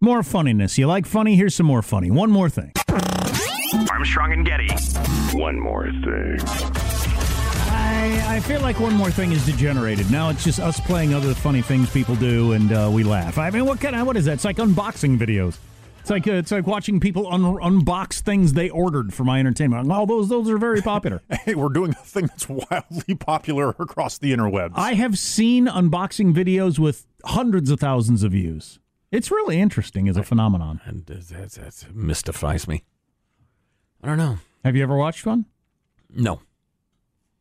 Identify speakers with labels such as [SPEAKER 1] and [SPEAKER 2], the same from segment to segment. [SPEAKER 1] More funniness. You like funny? Here's some more funny. One more thing.
[SPEAKER 2] Armstrong and Getty.
[SPEAKER 3] One more thing.
[SPEAKER 1] I, I feel like one more thing is degenerated. Now it's just us playing other funny things people do, and uh, we laugh. I mean, what kind of what is that? It's like unboxing videos. It's like uh, it's like watching people un- unbox things they ordered for my entertainment. All those those are very popular.
[SPEAKER 4] Hey, we're doing a thing that's wildly popular across the interwebs.
[SPEAKER 1] I have seen unboxing videos with hundreds of thousands of views. It's really interesting as a phenomenon.
[SPEAKER 5] And uh, that, that mystifies me. I don't know.
[SPEAKER 1] Have you ever watched one?
[SPEAKER 5] No.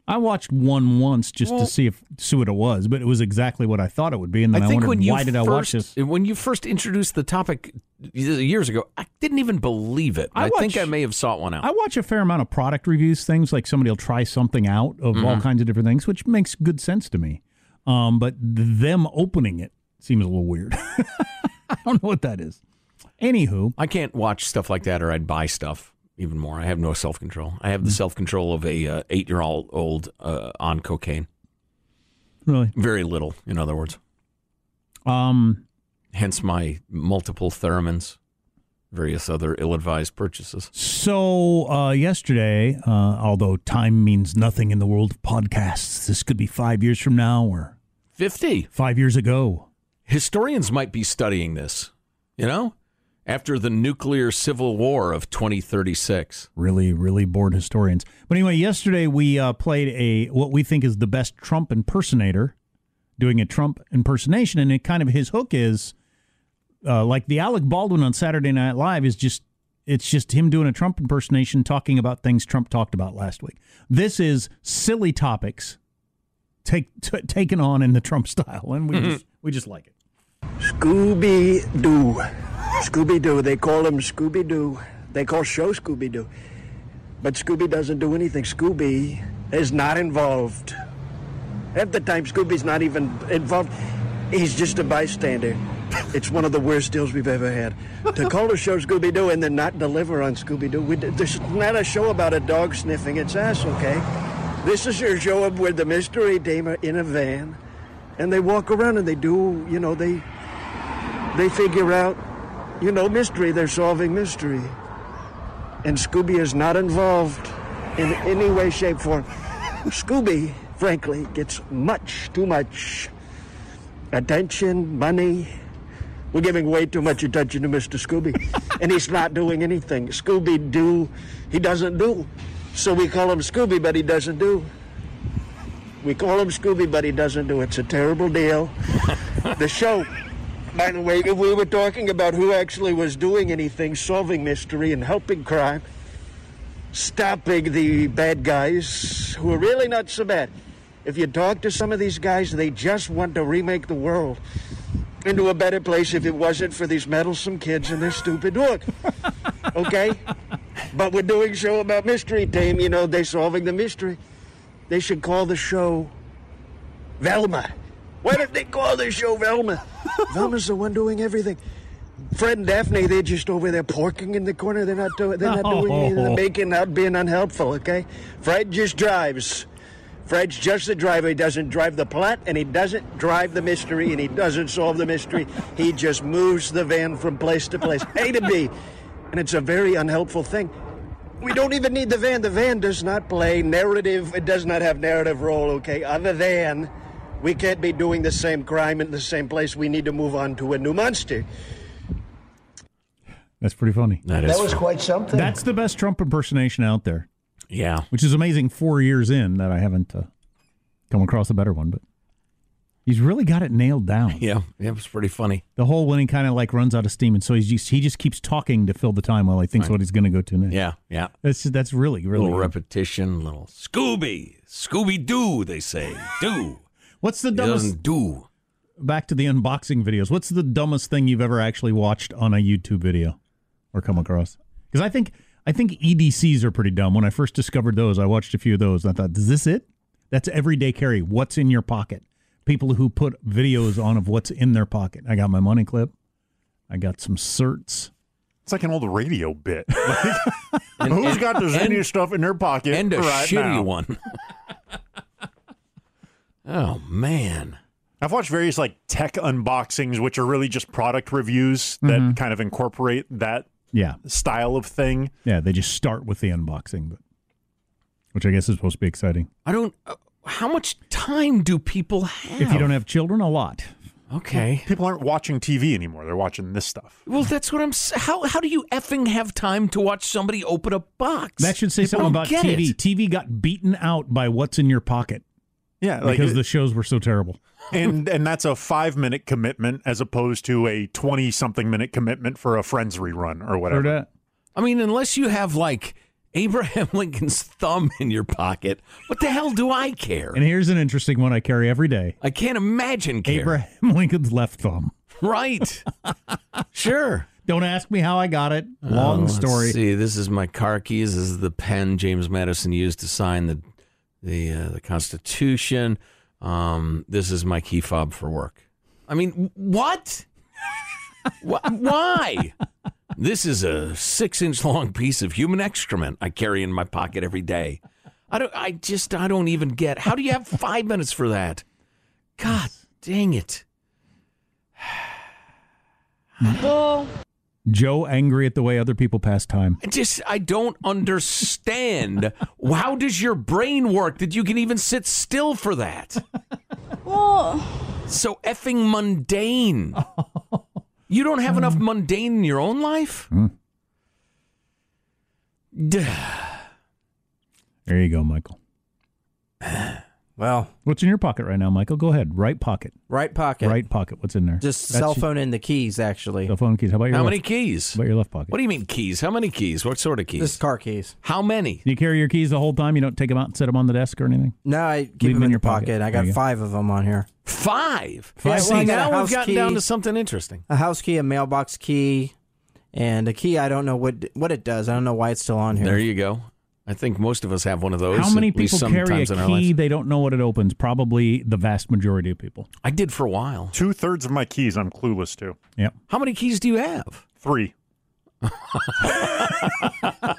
[SPEAKER 1] I watched one once just
[SPEAKER 5] Well-
[SPEAKER 1] to see if see what it was, but it was exactly what I thought it would be, and then I, wondered why did I watch this.
[SPEAKER 5] When you first introduced the topic years ago, I didn't even believe it.
[SPEAKER 1] I
[SPEAKER 5] I,
[SPEAKER 1] watch-
[SPEAKER 5] think I may have sought one out.
[SPEAKER 1] I watch a fair amount of product reviews, things like somebody will try something out of all kinds of different things, which makes good sense to me. Um, but th- them opening it seems a little weird. I don't know what that is. Anywho,
[SPEAKER 5] I can't watch stuff like that, or I'd buy stuff even more. I have no self control. I
[SPEAKER 1] Mm-hmm.
[SPEAKER 5] have the self control of a uh, eight year old old uh, on cocaine.
[SPEAKER 1] really,
[SPEAKER 5] Very little, in other words.
[SPEAKER 1] um,
[SPEAKER 5] Hence my multiple theremins, various other ill advised purchases.
[SPEAKER 1] So uh, yesterday, uh, although time means nothing in the world of podcasts, this could be five years from now or
[SPEAKER 5] Fifty
[SPEAKER 1] five years ago.
[SPEAKER 5] historians might be studying this. You know, after the nuclear civil war of 2036.
[SPEAKER 1] Really, really bored historians. But anyway, yesterday we uh, played a what we think is the best Trump impersonator, doing a Trump impersonation, and it kind of his hook is uh, like the Alec Baldwin on Saturday Night Live is just it's just him doing a Trump impersonation, talking about things Trump talked about last week. This is silly topics, take t- taken on in the Trump style, and we just we just like it.
[SPEAKER 6] Scooby Doo. Scooby Doo. They call him Scooby Doo. They call show Scooby Doo. But Scooby doesn't do anything. Scooby is not involved. Half the time, Scooby's not even involved. He's just a bystander. It's one of the worst deals we've ever had. To call a show Scooby Doo and then not deliver on Scooby Doo. This is not a show about a dog sniffing its ass, okay? This is your show of where the mystery team are in a van and they walk around and they do, you know, they they figure out, you know, mystery. They're solving mystery. And Scooby is not involved in any way, shape, form. Scooby, frankly, gets much too much attention, money. We're giving way too much attention to Mr. Scooby. and he's not doing anything. Scooby Doo, he doesn't do. So we call him Scooby, but he doesn't do. We call him Scooby, but he doesn't do. It's a terrible deal. the show, by the way, if we were talking about who actually was doing anything, solving mystery and helping crime, stopping the bad guys who are really not so bad. If you talk to some of these guys, they just want to remake the world into a better place if it wasn't for these meddlesome kids and their stupid look. Okay? But we're doing a show about mystery team, you know, they solving the mystery. They should call the show Velma. Why don't they call the show Velma? Velma's the one doing everything. Fred and Daphne, they're just over there porking in the corner. They're not doing. They're not doing anything. They're making out, being unhelpful. Okay, Fred just drives. Fred's just the driver. He doesn't drive the plot, and he doesn't drive the mystery, and he doesn't solve the mystery. He just moves the van from place to place, A to B, and it's a very unhelpful thing. We don't even need the van. The van does not play narrative. It does not have narrative role. Okay, other than we can't be doing the same crime in the same place. We need to move on to a new monster.
[SPEAKER 1] That's pretty funny.
[SPEAKER 5] is
[SPEAKER 6] That was quite something.
[SPEAKER 1] That's the best Trump impersonation out there,
[SPEAKER 5] yeah.
[SPEAKER 1] which is amazing. Four years in, that I haven't uh, come across a better one, but he's really got it nailed down.
[SPEAKER 5] Yeah, yeah, it was pretty funny.
[SPEAKER 1] The whole when he kind of like runs out of steam, and so he's just, he just keeps talking to fill the time while he thinks what he's going to go to next.
[SPEAKER 5] Yeah, yeah.
[SPEAKER 1] that's that's really really.
[SPEAKER 5] little
[SPEAKER 1] good.
[SPEAKER 5] repetition, little Scooby, Scooby Doo, they say. Do.
[SPEAKER 1] What's the
[SPEAKER 5] It
[SPEAKER 1] dumbest?
[SPEAKER 5] doesn't do.
[SPEAKER 1] Back to the unboxing videos. What's the dumbest thing you've ever actually watched on a YouTube video or come across? Because I think I think EDCs are pretty dumb. When I first discovered those, I watched a few of those and I thought, is this it? That's everyday carry. What's in your pocket? People who put videos on of what's in their pocket. I got my money clip. I got some certs.
[SPEAKER 4] it's like an old radio bit. Like, who's got the
[SPEAKER 5] and-
[SPEAKER 4] zany stuff in their pocket
[SPEAKER 5] And a
[SPEAKER 4] right
[SPEAKER 5] shitty
[SPEAKER 4] now?
[SPEAKER 5] one. oh, man.
[SPEAKER 4] I've watched various like tech unboxings, which are really just product reviews that
[SPEAKER 5] Mm-hmm.
[SPEAKER 4] kind of incorporate that
[SPEAKER 1] Yeah.
[SPEAKER 4] style of thing.
[SPEAKER 1] Yeah, they just start with the unboxing, but which I guess is supposed to be exciting.
[SPEAKER 5] I don't. Uh, how much time do people have?
[SPEAKER 1] If you don't have children, a lot.
[SPEAKER 5] okay.
[SPEAKER 4] People aren't watching TV anymore; they're watching this stuff.
[SPEAKER 5] Well, that's what I'm. s- How how do you effing have time to watch somebody open a box?
[SPEAKER 1] That should say
[SPEAKER 5] I
[SPEAKER 1] something
[SPEAKER 5] don't
[SPEAKER 1] about
[SPEAKER 5] get
[SPEAKER 1] TV.
[SPEAKER 5] it.
[SPEAKER 1] TV got beaten out by what's in your pocket
[SPEAKER 4] Yeah, like
[SPEAKER 1] because the shows were so terrible.
[SPEAKER 4] and and that's a five minute commitment as opposed to a twenty something minute commitment for a Friends rerun or
[SPEAKER 1] Heard
[SPEAKER 4] whatever.
[SPEAKER 1] that?
[SPEAKER 5] I mean, unless you have like Abraham Lincoln's thumb in your pocket, what the hell do I care?
[SPEAKER 1] And here's an interesting one I carry every day.
[SPEAKER 5] I can't imagine care.
[SPEAKER 1] Abraham Lincoln's left thumb.
[SPEAKER 5] Right. sure.
[SPEAKER 1] Don't ask me how I got it. Long
[SPEAKER 5] Oh, Let's
[SPEAKER 1] story.
[SPEAKER 5] see, this is my car keys. This is the pen James Madison used to sign the the uh, the Constitution. Um, this is my key fob for work. I mean, w- what? Wh- Why? This is a six inch long piece of human excrement I carry in my pocket every day. I don't. I just. I don't even get. How do you have five minutes for that? God dang it!
[SPEAKER 1] Joe angry at the way other people pass time.
[SPEAKER 5] I just I don't understand. How does your brain work that you can even sit still for that? so effing mundane. You don't have enough mundane in your own life? D-
[SPEAKER 1] There you go, Michael.
[SPEAKER 7] Well,
[SPEAKER 1] What's in your pocket right now, Michael? Go ahead. Right pocket.
[SPEAKER 7] right pocket.
[SPEAKER 1] Right pocket. What's in there?
[SPEAKER 7] Just
[SPEAKER 1] That's
[SPEAKER 7] cell
[SPEAKER 1] your-
[SPEAKER 7] phone and the keys, actually.
[SPEAKER 1] Cell phone keys. How about your
[SPEAKER 5] How
[SPEAKER 1] left,
[SPEAKER 5] many keys?
[SPEAKER 1] How about your left pocket?
[SPEAKER 5] What do you mean keys? How many keys? What sort of keys?
[SPEAKER 7] This is car keys.
[SPEAKER 5] How many?
[SPEAKER 1] you carry your keys the whole time? You don't take them out and set them on the desk or anything?
[SPEAKER 7] No, I keep
[SPEAKER 1] Leave
[SPEAKER 7] them in,
[SPEAKER 1] your
[SPEAKER 7] your
[SPEAKER 1] pocket.
[SPEAKER 7] pocket. I
[SPEAKER 1] There
[SPEAKER 7] got
[SPEAKER 1] you go.
[SPEAKER 7] five of them on here.
[SPEAKER 5] Five.
[SPEAKER 7] Yeah, well,
[SPEAKER 5] See,
[SPEAKER 7] I got a
[SPEAKER 5] now we've
[SPEAKER 7] house
[SPEAKER 5] gotten
[SPEAKER 7] key.
[SPEAKER 5] down to something interesting.
[SPEAKER 7] A house key, a mailbox key, and a key. I don't know what what it does. I don't know why it's still on here.
[SPEAKER 5] There you go. I think most of us have one of those.
[SPEAKER 1] How many
[SPEAKER 5] at least
[SPEAKER 1] people carry a
[SPEAKER 5] sometimes in our lives.
[SPEAKER 1] key? They don't know what it opens. Probably the vast majority of people.
[SPEAKER 5] I did for a while.
[SPEAKER 4] Two thirds of my keys, I'm clueless to.
[SPEAKER 1] Yep.
[SPEAKER 5] How many keys do you have?
[SPEAKER 4] Three.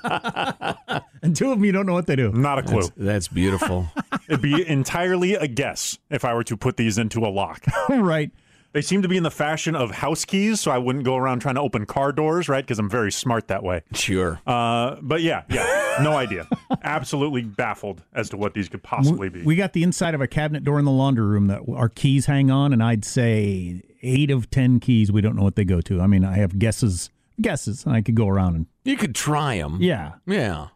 [SPEAKER 1] And two of them, you don't know what they do.
[SPEAKER 4] Not a clue.
[SPEAKER 5] That's beautiful.
[SPEAKER 4] It'd be entirely a guess if I were to put these into a lock.
[SPEAKER 1] right.
[SPEAKER 4] They seem to be in the fashion of house keys, so I wouldn't go around trying to open car doors, right? Because I'm very smart that way.
[SPEAKER 5] sure.
[SPEAKER 4] Uh, but yeah, yeah, no idea. Absolutely baffled as to what these could possibly be.
[SPEAKER 1] We got the inside of a cabinet door in the laundry room that our keys hang on, and I'd say eight of ten keys we don't know what they go to. I mean, I have guesses, guesses, and I could go around and
[SPEAKER 5] You could try them.
[SPEAKER 1] yeah,
[SPEAKER 5] Yeah.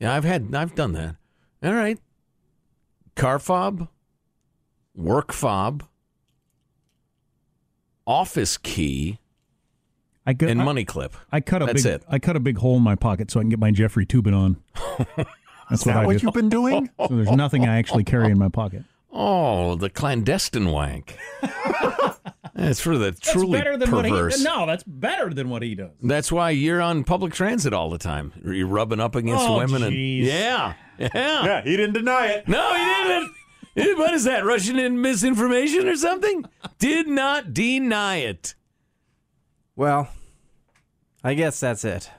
[SPEAKER 5] Yeah, I've had I've done that. All right. Car fob, work fob, office key,
[SPEAKER 1] I could.
[SPEAKER 5] and
[SPEAKER 1] I,
[SPEAKER 5] money clip.
[SPEAKER 1] I cut a
[SPEAKER 5] That's
[SPEAKER 1] big,
[SPEAKER 5] it.
[SPEAKER 1] I cut a big hole in my pocket so I can get my Jeffrey Tubin on. That's
[SPEAKER 4] Is
[SPEAKER 1] what
[SPEAKER 4] that
[SPEAKER 1] I
[SPEAKER 4] what
[SPEAKER 1] do.
[SPEAKER 4] you've been doing?
[SPEAKER 1] So there's nothing I actually carry in my pocket.
[SPEAKER 5] Oh, the clandestine wank. That's for the truly perverse.
[SPEAKER 1] no, that's better than what he does.
[SPEAKER 5] That's why you're on public transit all the time. You're rubbing up against
[SPEAKER 1] Oh,
[SPEAKER 5] women and
[SPEAKER 1] jeez.
[SPEAKER 5] yeah, yeah.
[SPEAKER 4] Yeah, he didn't deny it.
[SPEAKER 5] No, he didn't. Eh, What is that? Russian in misinformation or something? Did not deny it.
[SPEAKER 7] Well, I guess that's it.